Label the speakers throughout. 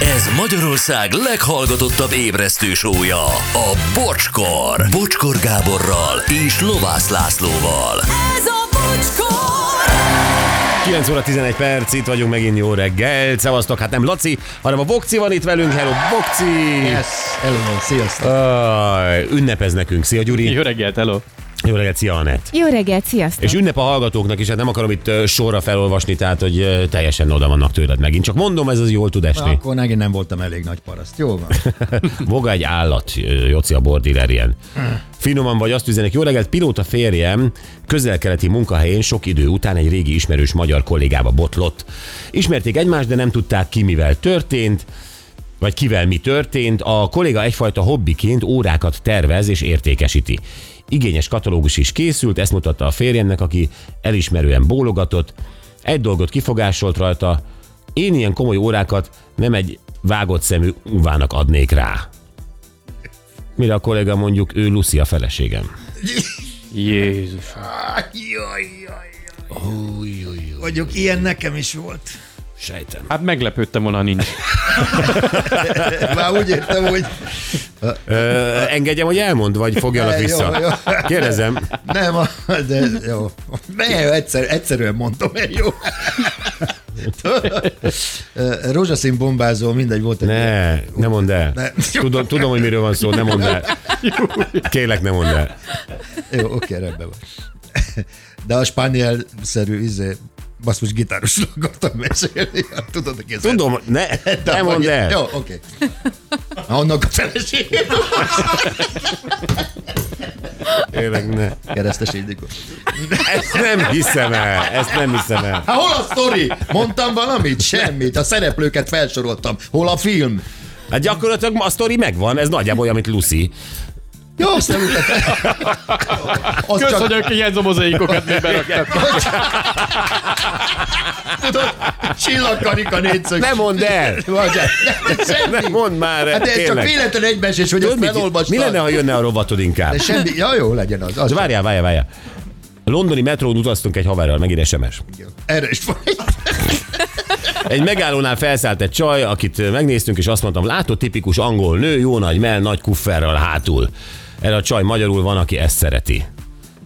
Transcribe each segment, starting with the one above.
Speaker 1: Ez Magyarország leghallgatottabb ébresztő sója, a Bocskor. Bocskor Gáborral és Lovász Lászlóval.
Speaker 2: Ez a bocskor!
Speaker 3: 9 óra 11 perc, itt vagyunk megint jó reggel. Szevasztok, hát nem Laci, hanem a Bokci van itt velünk. Hello, Bokci!
Speaker 4: Yes, hello, sziasztok.
Speaker 3: Aj, ünnepez nekünk. Szia, Gyuri!
Speaker 4: Jó reggelt, hello.
Speaker 3: Jó reggelt, szia, Anett!
Speaker 5: Jó reggelt, sziasztok!
Speaker 3: És ünnep a hallgatóknak is, hát nem akarom itt ö, sorra felolvasni, tehát, hogy ö, teljesen oda vannak tőled megint. Csak mondom, ez az jól tud esni.
Speaker 4: Akkor megint nem voltam elég nagy paraszt. Jó van.
Speaker 3: Maga egy állat, ö, Joci a bordiller ilyen. Finoman vagy, azt üzenek, jó reggelt, pilóta férjem közel-keleti munkahelyén sok idő után egy régi ismerős magyar kollégába botlott. Ismerték egymást, de nem tudták ki mivel történt, vagy kivel mi történt. A kolléga egyfajta hobbiként órákat tervez és értékesíti. Igényes katalógus is készült, ezt mutatta a férjemnek, aki elismerően bólogatott. Egy dolgot kifogásolt rajta, én ilyen komoly órákat nem egy vágott szemű uvának adnék rá. Mire a kolléga mondjuk, ő Lucia feleségem.
Speaker 4: Jézus.
Speaker 6: Mondjuk ilyen nekem is volt.
Speaker 3: Sejtem.
Speaker 4: Hát meglepődtem volna, ha nincs.
Speaker 6: Már úgy értem, hogy
Speaker 3: Ö, engedjem, hogy elmond, vagy fogjanak
Speaker 6: Jó, jó.
Speaker 3: vissza? Kérdezem.
Speaker 6: nem, de jó. Ne, egyszer, egyszerűen mondom, hogy jó. Rózsaszín bombázó, mindegy volt egy
Speaker 3: Ne, ne mondd el.
Speaker 6: Ne.
Speaker 3: Tudom, tudom, hogy miről van szó, ne mondd el. Kérlek, ne mondd el.
Speaker 6: Jó, oké, rendben van. De a spániel-szerű izé, basszus gitárosra akartam mesélni. Tudod, hogy ez
Speaker 3: Tudom, ne, ne mondd el.
Speaker 6: Jó, oké. Na, Annak a felesége.
Speaker 3: Kérlek, ne.
Speaker 6: Keresztes Ildikó.
Speaker 3: Ezt nem hiszem el, ezt nem hiszem el.
Speaker 6: Há, Hát hol a sztori? Mondtam valamit? Semmit. A szereplőket felsoroltam. Hol a film?
Speaker 3: Hát gyakorlatilag a sztori megvan, ez nagyjából olyan, mint Lucy.
Speaker 6: Jó, azt nem ütettem. Az
Speaker 4: Kösz,
Speaker 6: csak,
Speaker 4: hogy a ilyen mozaikokat még beraktad.
Speaker 6: tudod, csillagkarika négyszög.
Speaker 3: Ne mondd el!
Speaker 6: Vagy, nem, semmi.
Speaker 3: Ne mondd már el,
Speaker 6: Hát de ez csak
Speaker 3: kérlek.
Speaker 6: véletlen egybeesés, hogy ezt
Speaker 3: Tudod, mit-
Speaker 6: felolvastam.
Speaker 3: mi lenne, ha jönne a rovatod inkább?
Speaker 6: De semmi, ja jó, legyen az. az
Speaker 3: De várjál, várjál, várjál. A londoni metrón utaztunk egy haverral, megint SMS.
Speaker 6: jó. Erre is vagy.
Speaker 3: Egy megállónál felszállt egy csaj, akit megnéztünk, és azt mondtam, látod, tipikus angol nő, jó nagy mell, nagy kufferrel hátul. Erre a csaj magyarul van, aki ezt szereti.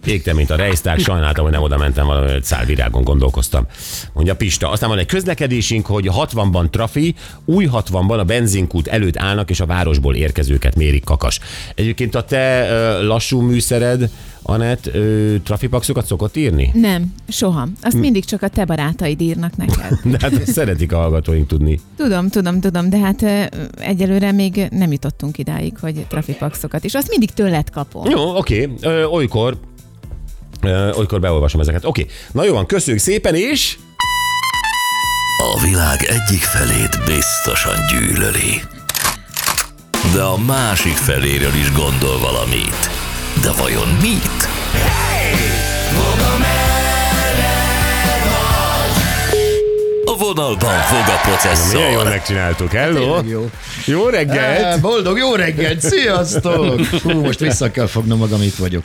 Speaker 3: Égtem, mint a rejszták, sajnáltam, hogy nem oda mentem, valami egy szál virágon gondolkoztam. Mondja Pista. Aztán van egy közlekedésünk, hogy 60-ban trafi, új 60-ban a benzinkút előtt állnak, és a városból érkezőket mérik kakas. Egyébként a te ö, lassú műszered, Anett, ö, trafipaxokat szokott írni?
Speaker 5: Nem, soha.
Speaker 3: Hm.
Speaker 5: Azt mindig csak a te barátaid írnak neked.
Speaker 3: De hát azt szeretik a hallgatóink tudni.
Speaker 5: Tudom, tudom, tudom, de hát ö, egyelőre még nem jutottunk idáig, hogy trafipaxokat. És azt mindig tőled kapom.
Speaker 3: Jó, oké, Ö, olykor, ö, olykor beolvasom ezeket. Oké, na jó van, köszönjük szépen, és
Speaker 1: A világ egyik felét biztosan gyűlöli. De a másik feléről is gondol valamit. De vajon mit? A vonalban fog a
Speaker 3: milyen jól
Speaker 1: processzor.
Speaker 3: megcsináltuk, hello!
Speaker 6: Szóval. Jó.
Speaker 3: Jó
Speaker 6: Á,
Speaker 3: reggelt!
Speaker 6: Boldog jó reggelt, sziasztok! Hú, most vissza kell fognom magam, itt vagyok.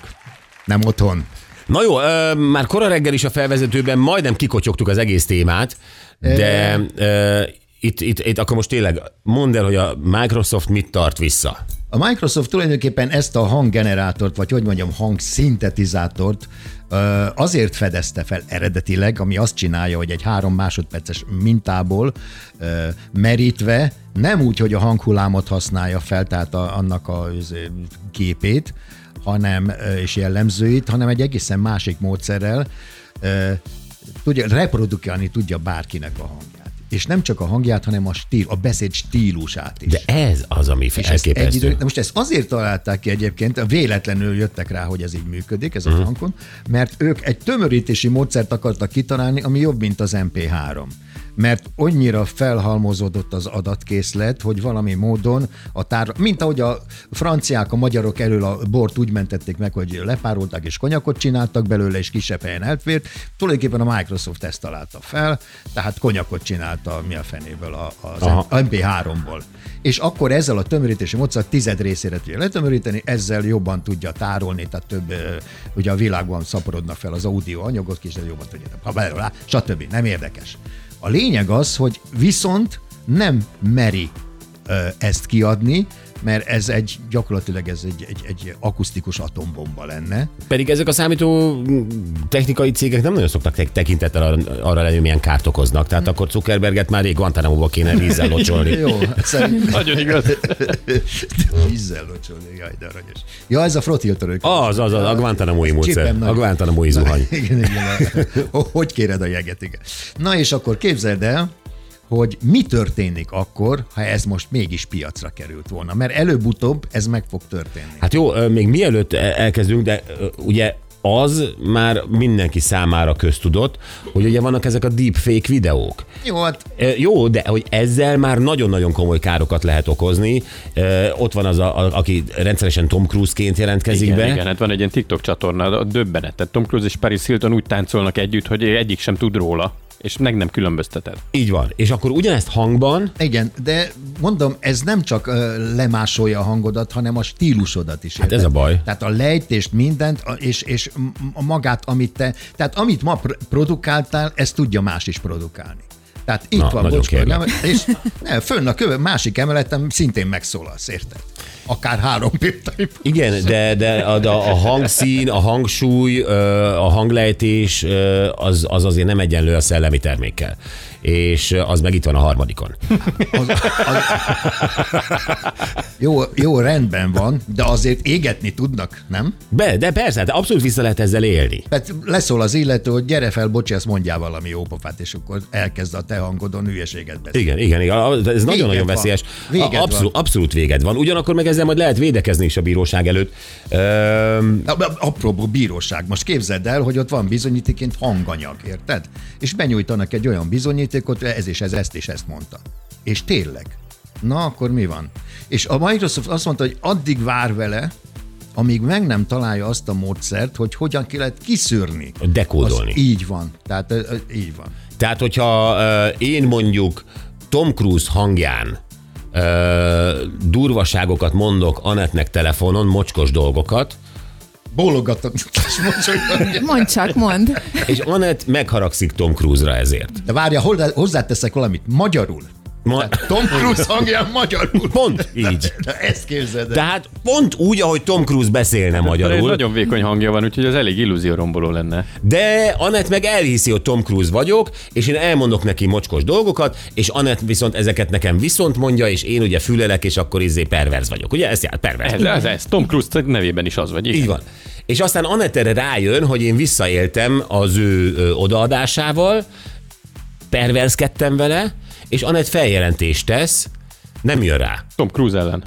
Speaker 6: Nem otthon.
Speaker 3: Na jó, ö, már kora reggel is a felvezetőben majdnem kikotyogtuk az egész témát, de ö, itt, itt, itt akkor most tényleg mondd el, hogy a Microsoft mit tart vissza.
Speaker 6: A Microsoft tulajdonképpen ezt a hanggenerátort, vagy hogy mondjam, hangszintetizátort ö, azért fedezte fel eredetileg, ami azt csinálja, hogy egy három másodperces mintából ö, merítve, nem úgy, hogy a hanghullámot használja fel, tehát a, annak a az, ö, képét, hanem ö, és jellemzőit, hanem egy egészen másik módszerrel ö, tudja, reprodukálni tudja bárkinek a hangját. És nem csak a hangját, hanem a stíl, a beszéd stílusát is.
Speaker 3: De ez az, ami
Speaker 6: És ezt egy
Speaker 3: elképesztő.
Speaker 6: idő, de most ezt azért találták ki egyébként, véletlenül jöttek rá, hogy ez így működik, ez a uh-huh. frankon, mert ők egy tömörítési módszert akartak kitalálni, ami jobb, mint az MP3. Mert annyira felhalmozódott az adatkészlet, hogy valami módon a tár... Mint ahogy a franciák, a magyarok elől a bort úgy mentették meg, hogy lepárolták és konyakot csináltak belőle, és kisebb helyen eltért, tulajdonképpen a Microsoft ezt találta fel, tehát konyakot csinálta mi a fenéből a, az
Speaker 3: Aha.
Speaker 6: a MP3-ból. És akkor ezzel a tömörítési módszer tized részére tudja letömöríteni, ezzel jobban tudja tárolni, tehát több, ö, ugye a világban szaporodnak fel az audio anyagok, és ez jobban tudja, ha belőle, stb. Nem érdekes. A lényeg az, hogy viszont nem meri ö, ezt kiadni, mert ez egy gyakorlatilag ez egy, egy, egy akusztikus atombomba lenne.
Speaker 3: Pedig ezek a számító technikai cégek nem nagyon szoktak tek- tekintettel arra, arra lenni, hogy milyen kárt okoznak.
Speaker 6: Hm.
Speaker 3: Tehát akkor Zuckerberget már rég Guantanamo-ba kéne vízzel locsolni.
Speaker 6: Jó, hát szerintem
Speaker 4: Nagyon igaz.
Speaker 6: vízzel locsolni, jaj, de aranyos. Ja, ez a frotiltörő.
Speaker 3: Az, az, az, a Guantanamo-i módszer.
Speaker 6: Csipem nagy.
Speaker 3: A Guantanamo-i zuhany.
Speaker 6: Na, igen, igen. Ho- Hogy kéred a jeget, igen. Na és akkor képzeld el, hogy mi történik akkor, ha ez most mégis piacra került volna. Mert előbb-utóbb ez meg fog történni.
Speaker 3: Hát jó, ö, még mielőtt el- elkezdünk, de ö, ugye az már mindenki számára köztudott, hogy ugye vannak ezek a deepfake videók.
Speaker 6: Jó, hát
Speaker 3: Ö, Jó, de hogy ezzel már nagyon-nagyon komoly károkat lehet okozni. Ö, Ott van az, a, a, aki rendszeresen Tom Cruise-ként jelentkezik
Speaker 4: Igen,
Speaker 3: be.
Speaker 4: igen, hát van egy ilyen TikTok csatorna, a döbbenetet. Tom Cruise és Paris Hilton úgy táncolnak együtt, hogy egyik sem tud róla, és meg nem különbözteted.
Speaker 3: Így van. És akkor ugyanezt hangban
Speaker 6: igen, de mondom, ez nem csak ö, lemásolja a hangodat, hanem a stílusodat is. Hát
Speaker 3: ez a baj.
Speaker 6: Tehát a lejtést, mindent, a- és, és m- a magát, amit te, tehát amit ma pr- produkáltál, ezt tudja más is produkálni. Tehát itt
Speaker 3: Na,
Speaker 6: van,
Speaker 3: nagyon
Speaker 6: bocskor,
Speaker 3: kérlek.
Speaker 6: nem, és ne, fönn a köve, másik emeletem szintén megszólalsz, érted? Akár három példány.
Speaker 3: Igen, de, de a, de a hangszín, a hangsúly, ö, a hanglejtés ö, az, az azért nem egyenlő a szellemi termékkel. És ö, az meg itt van a harmadikon.
Speaker 6: Az, az, jó, jó, rendben van, de azért égetni tudnak, nem?
Speaker 3: Be, de persze, de abszolút vissza lehet ezzel élni.
Speaker 6: Tehát Hát leszól az illető, hogy gyere fel, bocsász, mondjál valami jópofát, és akkor elkezd a te hangodon hülyeséget beszélni.
Speaker 3: Igen, igen, igen. A- Ez nagyon-nagyon
Speaker 6: van.
Speaker 3: veszélyes.
Speaker 6: Véged van.
Speaker 3: abszolút, abszolút véged van. Ugyanakkor meg ezzel majd lehet védekezni is a bíróság előtt. Öm,
Speaker 6: Na, a- Apró bíróság. Most képzeld el, hogy ott van bizonyítéként hanganyag, érted? És benyújtanak egy olyan bizonyítékot, ez és ez, ezt és ezt mondta. És tényleg. Na, akkor mi van? És a Microsoft azt mondta, hogy addig vár vele, amíg meg nem találja azt a módszert, hogy hogyan ki lehet kiszűrni.
Speaker 3: Dekódolni.
Speaker 6: Az így van. Tehát ö, ö, így van.
Speaker 3: Tehát, hogyha ö, én mondjuk Tom Cruise hangján ö, durvaságokat mondok Anetnek telefonon, mocskos dolgokat,
Speaker 6: Bólogatok, és mosolyog.
Speaker 5: Mondd csak, mondd.
Speaker 3: És Anett megharagszik Tom Cruise-ra ezért.
Speaker 6: De várja, hozzá- hozzáteszek valamit. Magyarul. Hát
Speaker 3: Ma...
Speaker 6: Tom Cruise hangja magyarul.
Speaker 3: Pont így.
Speaker 6: Na, ezt képzeld el.
Speaker 3: Tehát pont úgy, ahogy Tom Cruise beszélne
Speaker 4: Magyarul.
Speaker 3: magyarul,
Speaker 4: Nagyon vékony hangja van, úgyhogy az elég illúzióromboló lenne.
Speaker 3: de Anett meg elhiszi, hogy Tom Cruise vagyok, és én elmondok neki mocskos dolgokat, és Anett viszont ezeket nekem viszont mondja, és én ugye fülelek, és akkor izé perverz vagyok. Ugye ez jár, perverz.
Speaker 4: Ez, ez, ez. Tom Cruise nevében is az vagy.
Speaker 3: Így van. És aztán Anett erre rájön, hogy én visszaéltem az ő ö, odaadásával, perverzkedtem vele, és Anett feljelentést tesz, nem jön rá.
Speaker 4: Tom Cruise ellen.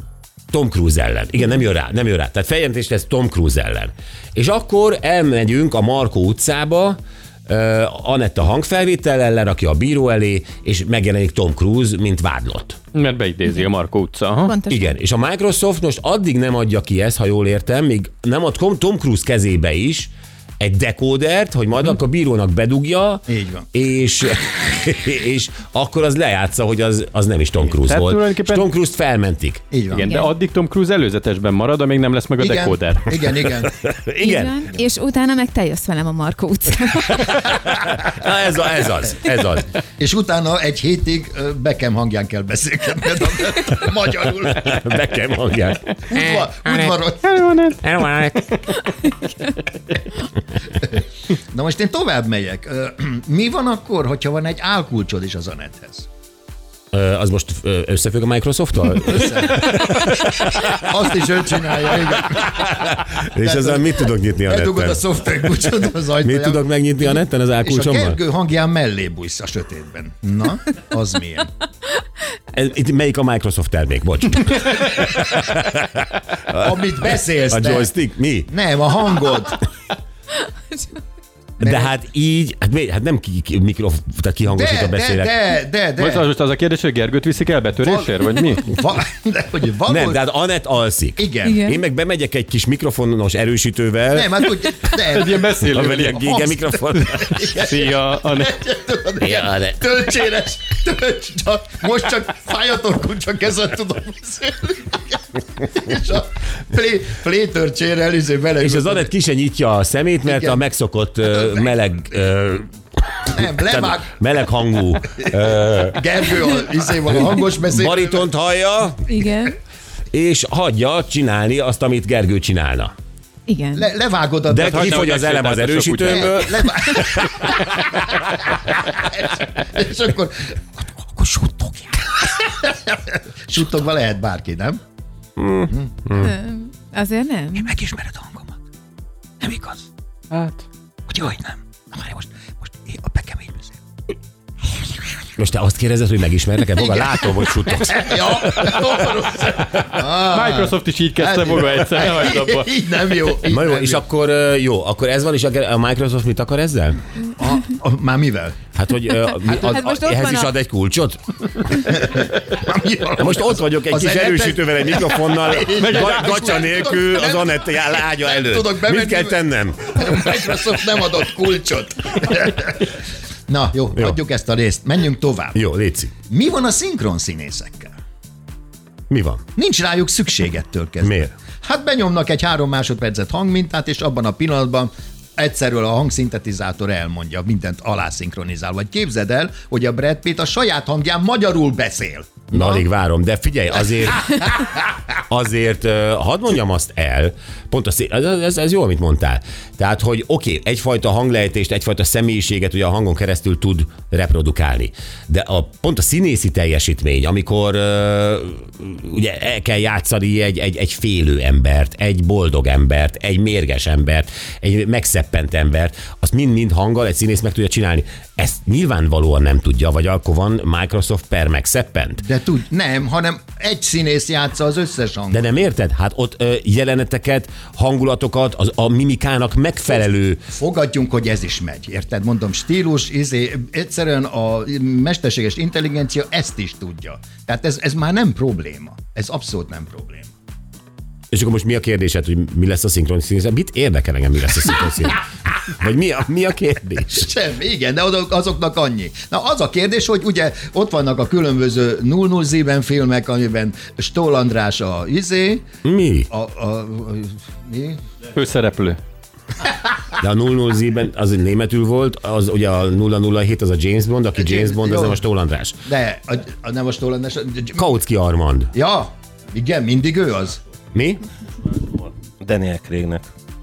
Speaker 3: Tom Cruise ellen. Igen, nem jön rá, nem jön rá. Tehát feljelentés lesz Tom Cruise ellen. És akkor elmegyünk a Markó utcába, ö, Anetta hangfelvétellel lerakja a bíró elé, és megjelenik Tom Cruise, mint vádlott.
Speaker 4: Mert beidézi a Markó utca. Aha.
Speaker 5: Pontos.
Speaker 3: Igen, és a Microsoft most addig nem adja ki ezt, ha jól értem, míg nem ad Tom- Tom Cruise kezébe is egy dekódert, hogy majd akkor a bírónak bedugja,
Speaker 6: Így van.
Speaker 3: És, és akkor az lejátsza, hogy az, az nem is Tom Cruise
Speaker 4: Tehát
Speaker 3: volt. És
Speaker 4: tulajdonképpen-
Speaker 3: Tom Cruise-t felmentik.
Speaker 6: Így van.
Speaker 4: Igen, de addig Tom Cruise előzetesben marad, amíg nem lesz meg a
Speaker 6: igen,
Speaker 4: dekóder.
Speaker 6: Igen, igen.
Speaker 3: Igen,
Speaker 5: Így van. És utána meg te jössz velem a Markó utcába.
Speaker 3: Na, ez, a, ez az, ez az.
Speaker 6: És utána egy hétig ö, Beckham hangján kell beszélgetned, a- magyarul.
Speaker 3: Nekem hangják.
Speaker 6: Udva- Udvaron. Na most én tovább megyek. Ö, Mi van akkor, hogyha van egy álkulcsod is az a nethez?
Speaker 3: Ö, Az most ö, összefügg a Microsoft-tal?
Speaker 6: Azt is ő csinálja, igen.
Speaker 3: És ezzel mit tudok nyitni a
Speaker 6: Bedugod a
Speaker 3: netten?
Speaker 6: szoftverkulcsod az ajtaján.
Speaker 3: Mit tudok megnyitni a netten az
Speaker 6: És a
Speaker 3: álkulcsommal?
Speaker 6: kergő hangján mellé bújsz a sötétben. Na, az milyen?
Speaker 3: Ez, itt melyik a Microsoft termék? Bocs.
Speaker 6: Amit beszélsz
Speaker 3: A
Speaker 6: te.
Speaker 3: joystick? Mi?
Speaker 6: Nem, a hangod.
Speaker 3: De hát így, hát, mi, hát nem ki, ki, mikro, tehát kihangosítva
Speaker 6: De, de,
Speaker 3: beszélek.
Speaker 6: de, de,
Speaker 4: Vagy az
Speaker 6: de.
Speaker 4: most az a kérdés, hogy Gergőt viszik el betörésért, vagy mi?
Speaker 6: Va, de hogy van,
Speaker 3: Nem, de hát Anett alszik.
Speaker 6: igen.
Speaker 5: Igen.
Speaker 3: Én meg bemegyek egy kis mikrofonos erősítővel,
Speaker 6: Nem, hát úgy, de,
Speaker 4: Ez ilyen beszélő.
Speaker 3: amivel ilyen gége
Speaker 6: Azt-
Speaker 3: mikrofon.
Speaker 4: Szia, Anne.
Speaker 3: Ja, Anett.
Speaker 6: Töltséres, tölts, csak, most csak fájatokon csak ezzel tudom beszélni. És a plé, plétörcsérrel izé bele.
Speaker 3: És az Anett ki se nyitja a szemét, mert
Speaker 6: Igen.
Speaker 3: a megszokott ö, meleg ö,
Speaker 6: Nem, levág.
Speaker 3: meleg hangú
Speaker 6: Gergő a, izé van a hangos beszéd.
Speaker 3: baritont hallja,
Speaker 5: Igen.
Speaker 3: és hagyja csinálni azt, amit Gergő csinálna.
Speaker 5: Igen.
Speaker 6: Le, levágod a...
Speaker 3: De
Speaker 6: hagyd-
Speaker 3: kifogy az elem az erősítőmből,
Speaker 6: Levág... és akkor... Akkor suttogják. Suttogva lehet bárki, nem?
Speaker 5: Azért nem.
Speaker 6: Megismered a hangomat. Nem igaz.
Speaker 4: Hát,
Speaker 6: Hogy hogy nem. Na várj, most, most én a pekemény beszél.
Speaker 3: Most te azt kérdezed, hogy megismernek-e maga? Látom, hogy suttogsz.
Speaker 6: Ja,
Speaker 4: Microsoft is így kezdte maga egyszer, ne hagyd abba.
Speaker 6: Így nem jó. Így
Speaker 3: Na jó,
Speaker 6: nem
Speaker 3: és akkor ö, jó, akkor ez van, és a Microsoft mit akar ezzel?
Speaker 6: A, a, már mivel?
Speaker 3: Hát, hogy ö, mi-
Speaker 5: Hát
Speaker 3: ad,
Speaker 5: most
Speaker 3: a,
Speaker 5: ott
Speaker 3: ehhez
Speaker 5: van
Speaker 3: is
Speaker 5: a-
Speaker 3: ad egy kulcsot?
Speaker 6: Már mivel?
Speaker 3: Most ott vagyok egy
Speaker 6: az
Speaker 3: kis
Speaker 6: Anette-
Speaker 3: erősítővel, egy mikrofonnal, ga- gacsa nélkül az
Speaker 6: Nem-
Speaker 3: Anette jár ágya
Speaker 6: tudok
Speaker 3: előtt.
Speaker 6: bemenni,
Speaker 3: Mit kell
Speaker 6: mert-
Speaker 3: tennem?
Speaker 6: Microsoft nem adott kulcsot. Na jó, jó, hagyjuk ezt a részt, menjünk tovább.
Speaker 3: Jó, Léci,
Speaker 6: Mi van a szinkron színészekkel?
Speaker 3: mi van?
Speaker 6: Nincs rájuk szükségettől kezdve.
Speaker 3: Miért?
Speaker 6: Hát benyomnak egy három másodpercet hangmintát, és abban a pillanatban egyszerűen a hangszintetizátor elmondja, mindent alászinkronizál. Vagy képzeld el, hogy a Brad Pitt a saját hangján magyarul beszél.
Speaker 3: Na, alig várom, de figyelj, azért, azért ö, hadd mondjam azt el, pont az, ez, ez, ez jó, amit mondtál. Tehát, hogy oké, okay, egyfajta hanglejtést, egyfajta személyiséget ugye a hangon keresztül tud reprodukálni. De a, pont a színészi teljesítmény, amikor ö, ugye el kell játszani egy, egy, egy félő embert, egy boldog embert, egy mérges embert, egy megszeppent embert, azt mind-mind hanggal egy színész meg tudja csinálni. Ezt nyilvánvalóan nem tudja, vagy akkor van Microsoft per megszeppent.
Speaker 6: De tud, nem, hanem egy színész játsza az összes hangot.
Speaker 3: De nem érted? Hát ott ö, jeleneteket, hangulatokat, az, a mimikának megfelelő.
Speaker 6: Fogadjunk, hogy ez is megy, érted? Mondom, stílus, izé, egyszerűen a mesterséges intelligencia ezt is tudja. Tehát ez, ez már nem probléma. Ez abszolút nem probléma.
Speaker 3: És akkor most mi a kérdésed, hogy mi lesz a szinkron színész? Mit érdekel engem, mi lesz a szinkron színész? Vagy mi a, mi a kérdés?
Speaker 6: Semmi, igen, de azok, azoknak annyi. Na az a kérdés, hogy ugye ott vannak a különböző 00 ben filmek, amiben Stól András a izé,
Speaker 3: Mi?
Speaker 6: a, a, a, mi?
Speaker 4: Főszereplő.
Speaker 3: De a 00 ben az németül volt, az ugye a 007 az a James Bond, aki James
Speaker 6: James-
Speaker 3: Bond, az
Speaker 6: jó.
Speaker 3: nem a Stól András.
Speaker 6: De, a, a, nem a Stól András, a,
Speaker 3: Kautsky Armand.
Speaker 6: ja, igen, mindig ő az.
Speaker 3: Mi?
Speaker 7: Daniel Craignek.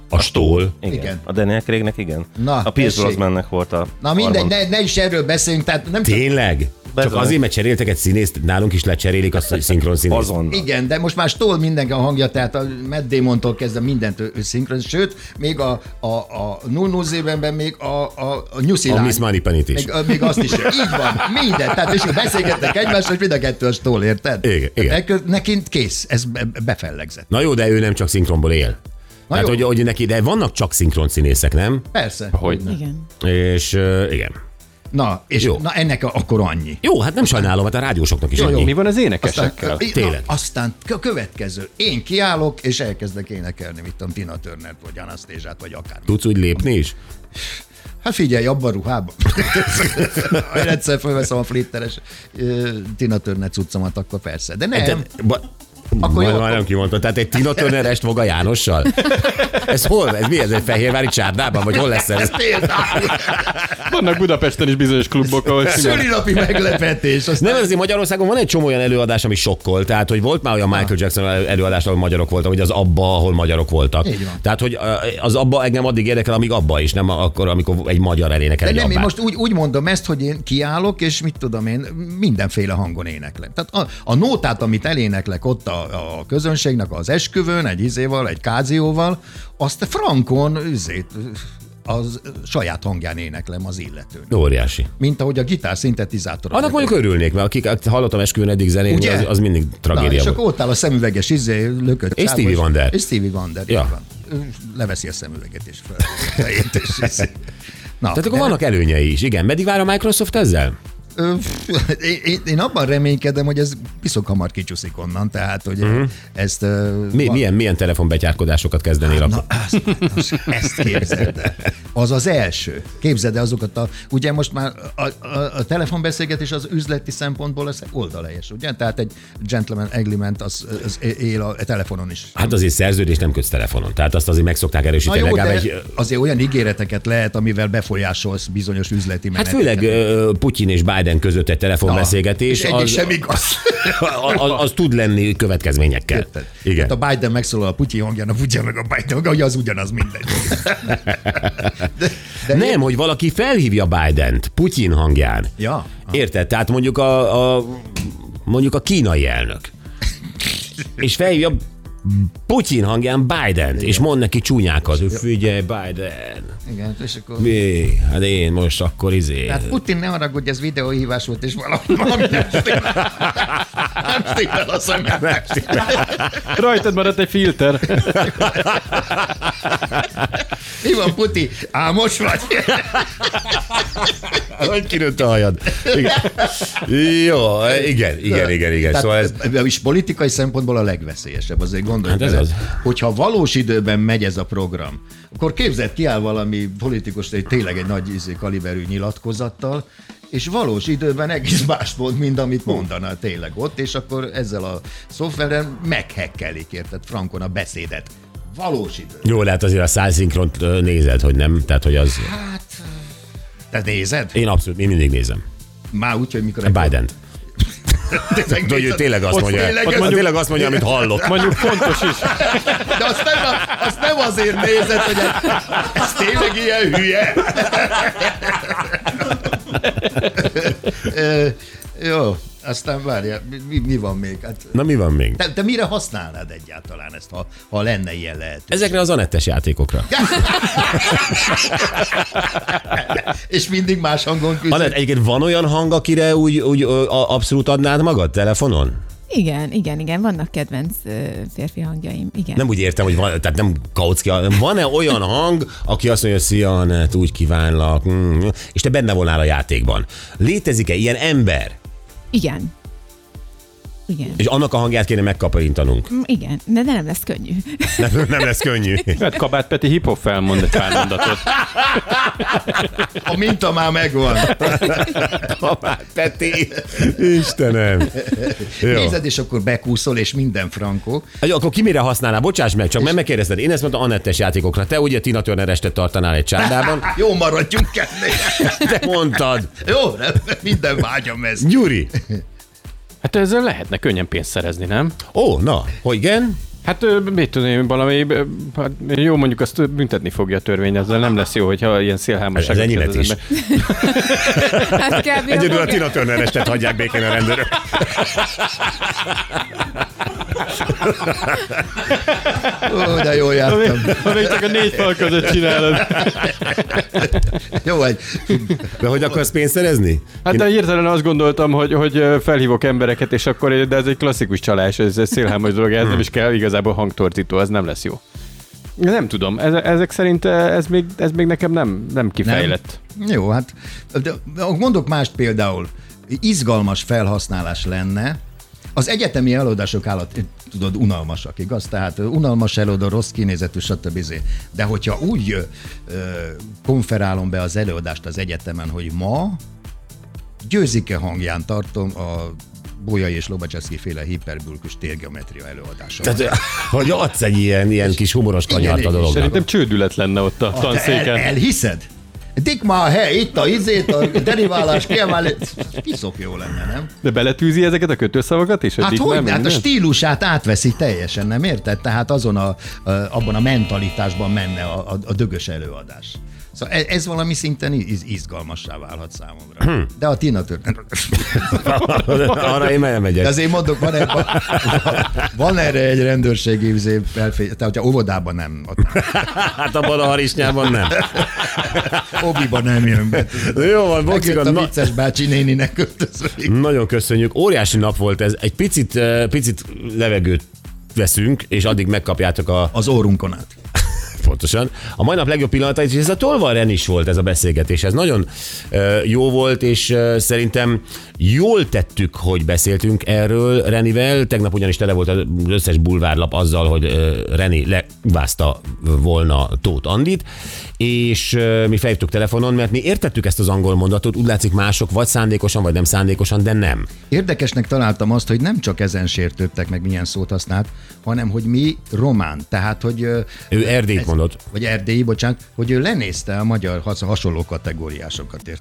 Speaker 3: A Stól.
Speaker 7: Igen.
Speaker 6: Igen.
Speaker 7: igen. A Daniel Craignek, igen.
Speaker 6: Na,
Speaker 7: a Pierce
Speaker 6: tessék.
Speaker 7: Brosnannek volt a
Speaker 6: Na mindegy,
Speaker 7: harmadik.
Speaker 6: ne, ne is erről beszéljünk, tehát nem csak
Speaker 3: Tényleg? Csak
Speaker 7: Bezony.
Speaker 3: azért, mert cseréltek egy színészt, nálunk is lecserélik a szinkron színészt.
Speaker 7: Azonnal.
Speaker 6: Igen, de most már stól mindenki a hangja, tehát a Matt Damontól kezdve mindent ő, ő szinkron, sőt, még a, a, a 00 még a, a, a Nyuszi
Speaker 3: A
Speaker 6: lány.
Speaker 3: Miss Moneypenny-t is.
Speaker 6: Még, ö, még, azt is. ő. Így van, minden. Tehát és ők beszélgetnek egymást, és mind a kettő a stól, érted?
Speaker 3: Igen, igen.
Speaker 6: Ekkor Nekint kész, ez be- befellegzett.
Speaker 3: Na jó, de ő nem csak szinkronból él.
Speaker 6: Na
Speaker 3: hát,
Speaker 6: jó.
Speaker 3: hogy, hogy neki, de vannak csak szinkron színészek, nem?
Speaker 6: Persze.
Speaker 4: Hogy?
Speaker 5: Igen.
Speaker 3: És uh, igen.
Speaker 6: Na, és
Speaker 3: Jó.
Speaker 6: jó. na ennek a- akkor annyi.
Speaker 3: Jó, hát nem sajnálom, hát a rádiósoknak is
Speaker 6: Jó,
Speaker 3: annyi.
Speaker 4: Mi van az
Speaker 6: Aztán,
Speaker 4: énekesekkel?
Speaker 6: na,
Speaker 3: Tényleg.
Speaker 6: aztán a következő. Én kiállok, és elkezdek énekelni, mit tudom, Tina Turner-t, vagy Anasztézsát, vagy akár.
Speaker 3: Tudsz úgy lépni is?
Speaker 6: Hát figyelj, abban a ruhában. Ha Én egyszer felveszem a flitteres ö, Tina Turner cuccomat, akkor persze. De nem.
Speaker 3: Te, ba,
Speaker 6: Akkor
Speaker 3: akkor
Speaker 6: jó,
Speaker 3: majd,
Speaker 6: akkor-
Speaker 3: majd nem kimondtam. Tehát egy Tina Turner est maga Jánossal? Ez hol? Ez mi ez? Egy Fehérvári csárdában? Vagy hol lesz ez?
Speaker 6: Ez például
Speaker 4: Vannak Budapesten is bizonyos klubok, ahol simán-
Speaker 6: szülinapi meglepetés. Aztán...
Speaker 3: Nem, azért Magyarországon van egy csomó olyan előadás, ami sokkol. Tehát, hogy volt már olyan Michael Jackson előadás, ahol magyarok voltak, vagy az abba, ahol magyarok voltak.
Speaker 6: Így van.
Speaker 3: Tehát, hogy ö, az abba engem addig érdekel, amíg abba is, nem akkor, amikor egy magyar elénekel
Speaker 6: De
Speaker 3: egy
Speaker 6: nem, én
Speaker 3: abbát.
Speaker 6: most úgy, úgy mondom ezt, hogy én kiállok, és mit tudom én, mindenféle hangon éneklek. Tehát a, a nótát, amit eléneklek ott a, a közönségnek az esküvőn, egy izéval, egy kázióval, azt frankon üzét, az saját hangján éneklem az illetőn.
Speaker 3: Óriási.
Speaker 6: Mint ahogy a gitár szintetizátor.
Speaker 3: Annak mondjuk örülnék, mert akik akik hallottam esküvőn eddig zenélni,
Speaker 6: Ugye?
Speaker 3: az, az mindig
Speaker 6: Na,
Speaker 3: tragédia
Speaker 6: és
Speaker 3: volt.
Speaker 6: akkor ott áll a szemüveges izé, lökött
Speaker 3: És
Speaker 6: csávó,
Speaker 3: Stevie Wonder.
Speaker 6: És Stevie Wonder,
Speaker 3: Ja.
Speaker 6: ja. van. Ő Leveszi a szemüveget és fel. izé. Na,
Speaker 3: Tehát akkor vannak előnyei is, igen. Meddig vár a Microsoft ezzel?
Speaker 6: Ö, pff, én- én, én abban reménykedem, hogy ez piszok hamar kicsúszik onnan, tehát hogy uh-huh. ezt... ö,
Speaker 3: Mhm. Mi,
Speaker 6: va-
Speaker 3: milyen, milyen telefonbetyárkodásokat kezdenél akkor?
Speaker 6: Hát Na, azt, azt, ezt képzeld el. Az az első. Képzeld el azokat a... Ugye most már a, a, a telefonbeszélgetés az üzleti szempontból lesz oldalelyes, ugye? Tehát egy gentleman agreement az, az é- él a telefonon is.
Speaker 3: Hát azért szerződést nem kötsz telefonon, tehát azt azért meg szokták
Speaker 6: Na
Speaker 3: erősíteni.
Speaker 6: jó, de
Speaker 3: legalább egy,
Speaker 6: azért olyan ígéreteket lehet, amivel befolyásolsz bizonyos üzleti
Speaker 3: Hát
Speaker 6: meneteket.
Speaker 3: főleg ö, Putyin és Biden között egy telefonbeszélgetés,
Speaker 6: és egyik
Speaker 3: az,
Speaker 6: sem igaz.
Speaker 3: az, az tud lenni következményekkel.
Speaker 6: Érted?
Speaker 3: Igen.
Speaker 6: Hát a Biden megszólal a Putyin hangjának, ugye meg a Biden hangja, hogy az ugyanaz mindegy. De, de
Speaker 3: Nem, hogy valaki felhívja Bident Putyin hangján.
Speaker 6: Ja.
Speaker 3: Érted? Tehát mondjuk a, a mondjuk a kínai elnök. És felhívja Putyin hangján Bident, és mond neki csúnyákat. hogy Figyelj, Biden,
Speaker 6: Igen, és akkor...
Speaker 3: mi? Hát én most akkor izé...
Speaker 6: Hát Putin ne haragudj, ez videóhívás volt, és valami valami nem stimmel. Nem stimmel a szemem.
Speaker 4: Rajtad maradt egy filter.
Speaker 6: Mi van, Puti? Ámos vagy?
Speaker 3: Hogy kinőtt a hajad? Igen. Jó, igen, igen, igen, igen.
Speaker 6: Tehát
Speaker 3: Szóval ez...
Speaker 6: És politikai szempontból a legveszélyesebb, azért gondolj
Speaker 3: Hát ez
Speaker 6: bele.
Speaker 3: az.
Speaker 6: Hogyha valós időben megy ez a program, akkor képzeld, kiáll valami politikus, egy tényleg egy nagy izé, kaliberű nyilatkozattal, és valós időben egész más mond, mint amit mondana tényleg ott, és akkor ezzel a szoftverrel meghekkelik, érted, Frankon a beszédet. Valós idő.
Speaker 3: Jó, lehet azért a szálszinkront ö, nézed, hogy nem, tehát hogy az...
Speaker 6: Hát, te nézed?
Speaker 3: Én abszolút, én mindig nézem.
Speaker 6: Már úgy, hogy mikor...
Speaker 3: Biden.
Speaker 6: Tényleg
Speaker 3: De hogy ő
Speaker 6: nézed?
Speaker 3: tényleg azt
Speaker 6: Ott
Speaker 3: mondja,
Speaker 6: tényleg
Speaker 3: ott
Speaker 6: ez-
Speaker 3: tényleg azt mondja, amit hallott.
Speaker 4: Mondjuk fontos is.
Speaker 6: De azt nem, azt nem azért nézed, hogy ez tényleg ilyen hülye. Ö, Jó, aztán várja, mi- mi, mi van még? Hát,
Speaker 3: Na mi van még?
Speaker 6: te, te mire használnád egyáltalán ezt, ha, ha lenne ilyen lehetőség?
Speaker 3: Ezekre az anettes játékokra.
Speaker 6: És mindig más hangon küzd.
Speaker 3: Anett, egyébként van olyan hang, akire úgy, úgy ö, a- abszolút adnád magad telefonon?
Speaker 5: Igen, igen, igen, vannak kedvenc ö, férfi hangjaim, igen.
Speaker 3: Nem úgy értem, hogy van, tehát nem kaucki, hanem van-e olyan hang, aki azt mondja, szia, Anett, úgy kívánlak, mm, és te benne volnál a játékban. Létezik-e ilyen ember?
Speaker 5: Igen. Igen.
Speaker 3: És annak a hangját kéne megkaparintanunk.
Speaker 5: Mm, Igen, de de nem lesz könnyű.
Speaker 3: Nem, nem lesz könnyű.
Speaker 4: Hát Kabát Peti hip-hop felmond egy pár mondatot.
Speaker 6: A minta már megvan.
Speaker 3: Peti. Istenem. Jó.
Speaker 6: Nézed, és akkor bekúszol, és minden frankó.
Speaker 3: Jó, Akkor ki mire használná? Bocsáss meg, csak meg megkérdezted. Én ezt mondtam Anettes játékokra. Te ugye Tina Turner este tartanál egy csárdában.
Speaker 6: Jó maradjunk ennél.
Speaker 3: Te mondtad.
Speaker 6: Jó, rendben, minden vágyam ez.
Speaker 3: Gyuri.
Speaker 4: Hát ezzel lehetne könnyen pénzt szerezni, nem?
Speaker 3: Ó, na, hogy igen?
Speaker 4: Hát ö, mit tudom én, valami, ö, hát jó mondjuk azt ö, büntetni fogja a törvény, ezzel nem lesz jó, hogyha ilyen
Speaker 3: Ez
Speaker 4: szélhámosságot
Speaker 3: enyémet
Speaker 4: kérdez az
Speaker 3: is.
Speaker 4: ember.
Speaker 5: Hát kb. maga-
Speaker 3: Turner estet hagyják békén a rendőrök.
Speaker 6: Ó, de jól jártam.
Speaker 4: Ha még csak a négy fal között csinálod.
Speaker 6: Jó vagy.
Speaker 3: De hogy akarsz pénzt szerezni?
Speaker 4: Hát de hirtelen azt gondoltam, hogy, hogy ö, felhívok embereket, és akkor, de ez egy klasszikus csalás, ez egy szélhámos dolog, ez nem is kell igazából hangtorzító, ez nem lesz jó. Nem tudom, ez, ezek szerint ö, ez még, ez még nekem nem, nem kifejlett.
Speaker 6: Jó, hát de de mondok mást például. Izgalmas felhasználás lenne, az egyetemi előadások állat, tudod, unalmasak, igaz? Tehát unalmas előadó, rossz kinézetű, stb. izé. De hogyha úgy ö, ö, konferálom be az előadást az egyetemen, hogy ma győzike hangján tartom a Bolyai és Lobacseszki féle hiperbulkus térgeometria előadása.
Speaker 3: Tehát, hogy adsz egy ilyen, ilyen kis humoros kanyart a
Speaker 6: igen,
Speaker 3: dolognak.
Speaker 4: Szerintem csődület lenne ott a
Speaker 6: el,
Speaker 4: tanszéken.
Speaker 6: elhiszed? Dik már a hely, itt a izét, a deriválás kiemelés. Piszok jó lenne, nem?
Speaker 4: De beletűzi ezeket a kötőszavakat is?
Speaker 6: Hát
Speaker 4: itt
Speaker 6: hogy ne?
Speaker 4: nem,
Speaker 6: Hát a
Speaker 4: minden?
Speaker 6: stílusát átveszi teljesen, nem érted? Tehát azon a, a, abban a mentalitásban menne a, a, a dögös előadás. Szóval ez, ez valami szinten iz, izgalmassá válhat
Speaker 4: Hm.
Speaker 6: számomra. De a Tina Turner.
Speaker 3: Arra én nem megyek.
Speaker 6: De azért mondok, van, van, van erre egy rendőrségi izé felfé... Tehát, hogyha óvodában nem, ott nem.
Speaker 3: Hát abban a harisnyában nem.
Speaker 6: obiban nem jön be. tudod.
Speaker 3: Jó van, bocsik,
Speaker 6: Megjött a
Speaker 3: na-
Speaker 6: vicces bácsi néninek költözőig.
Speaker 3: Nagyon köszönjük. Óriási nap volt ez. Egy picit, eh, picit levegőt veszünk, és addig megkapjátok a
Speaker 6: az órunkon át.
Speaker 3: pontosan. A mai nap legjobb pillanata, és ez a Tolvaren is volt ez a beszélgetés, ez nagyon ö, jó volt, és ö, szerintem jól tettük, hogy beszéltünk erről Renivel. Tegnap ugyanis tele volt az összes bulvárlap azzal, hogy ö, Reni legvázta volna Tóth Andit, és ö, mi felhívtuk telefonon, mert mi értettük ezt az angol mondatot, úgy látszik mások vagy szándékosan, vagy nem szándékosan, de nem.
Speaker 6: Érdekesnek találtam azt, hogy nem csak ezen sértődtek meg, milyen szót használt, hanem hogy mi román. Tehát, hogy ö,
Speaker 3: Ő Erdélyt mondott.
Speaker 6: vagy erdélyi, bocsánat, hogy ő lenézte a magyar hasz- hasonló kategóriásokat ért.